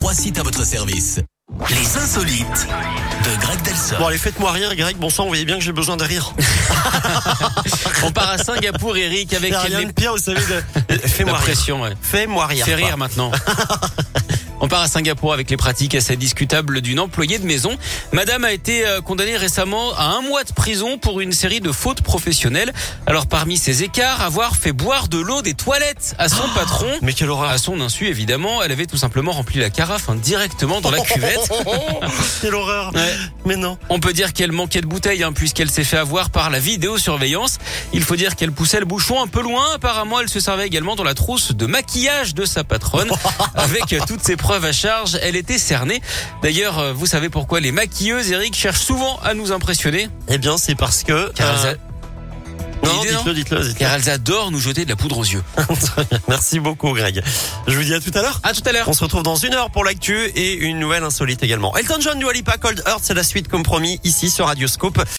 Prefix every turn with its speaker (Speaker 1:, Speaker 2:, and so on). Speaker 1: trois sites à votre service. Les insolites de Greg Delson.
Speaker 2: Bon allez, faites-moi rire, Greg. Bon sang, vous voyez bien que j'ai besoin de rire.
Speaker 3: On part à Singapour, Eric,
Speaker 2: Il
Speaker 3: avec
Speaker 2: y a rien
Speaker 3: les-
Speaker 2: de pire, vous savez. de-
Speaker 3: la
Speaker 2: Fais-moi rire.
Speaker 3: pression. ouais.
Speaker 2: Fais-moi rire.
Speaker 3: Fais
Speaker 2: quoi.
Speaker 3: rire maintenant. On part à Singapour avec les pratiques assez discutables d'une employée de maison. Madame a été euh, condamnée récemment à un mois de prison pour une série de fautes professionnelles. Alors parmi ces écarts, avoir fait boire de l'eau des toilettes à son patron.
Speaker 2: Mais quelle horreur.
Speaker 3: À son insu, évidemment, elle avait tout simplement rempli la carafe hein, directement dans la cuvette.
Speaker 2: quelle horreur.
Speaker 3: Ouais.
Speaker 2: Mais non.
Speaker 3: On peut dire qu'elle manquait de bouteilles hein, puisqu'elle s'est fait avoir par la vidéosurveillance. Il faut dire qu'elle poussait le bouchon un peu loin. Apparemment, elle se servait également dans la trousse de maquillage de sa patronne. Avec toutes ses preuves à charge, elle était cernée. D'ailleurs, euh, vous savez pourquoi les maquilleuses, Eric, cherchent souvent à nous impressionner
Speaker 2: Eh bien, c'est parce que.
Speaker 3: car,
Speaker 2: euh,
Speaker 3: elles, a-
Speaker 2: Non,
Speaker 3: Une idée,
Speaker 2: dites-le, dites-le, dites-le.
Speaker 3: car elles adorent nous jeter de la poudre aux yeux.
Speaker 2: Très bien. Merci beaucoup, Greg. Je vous dis à tout à l'heure.
Speaker 3: À tout à l'heure.
Speaker 2: On se retrouve dans une heure pour l'actu et une nouvelle insolite également. Elton John, Dua Lipa, Cold Heart, c'est la suite comme promis ici sur Radioscope.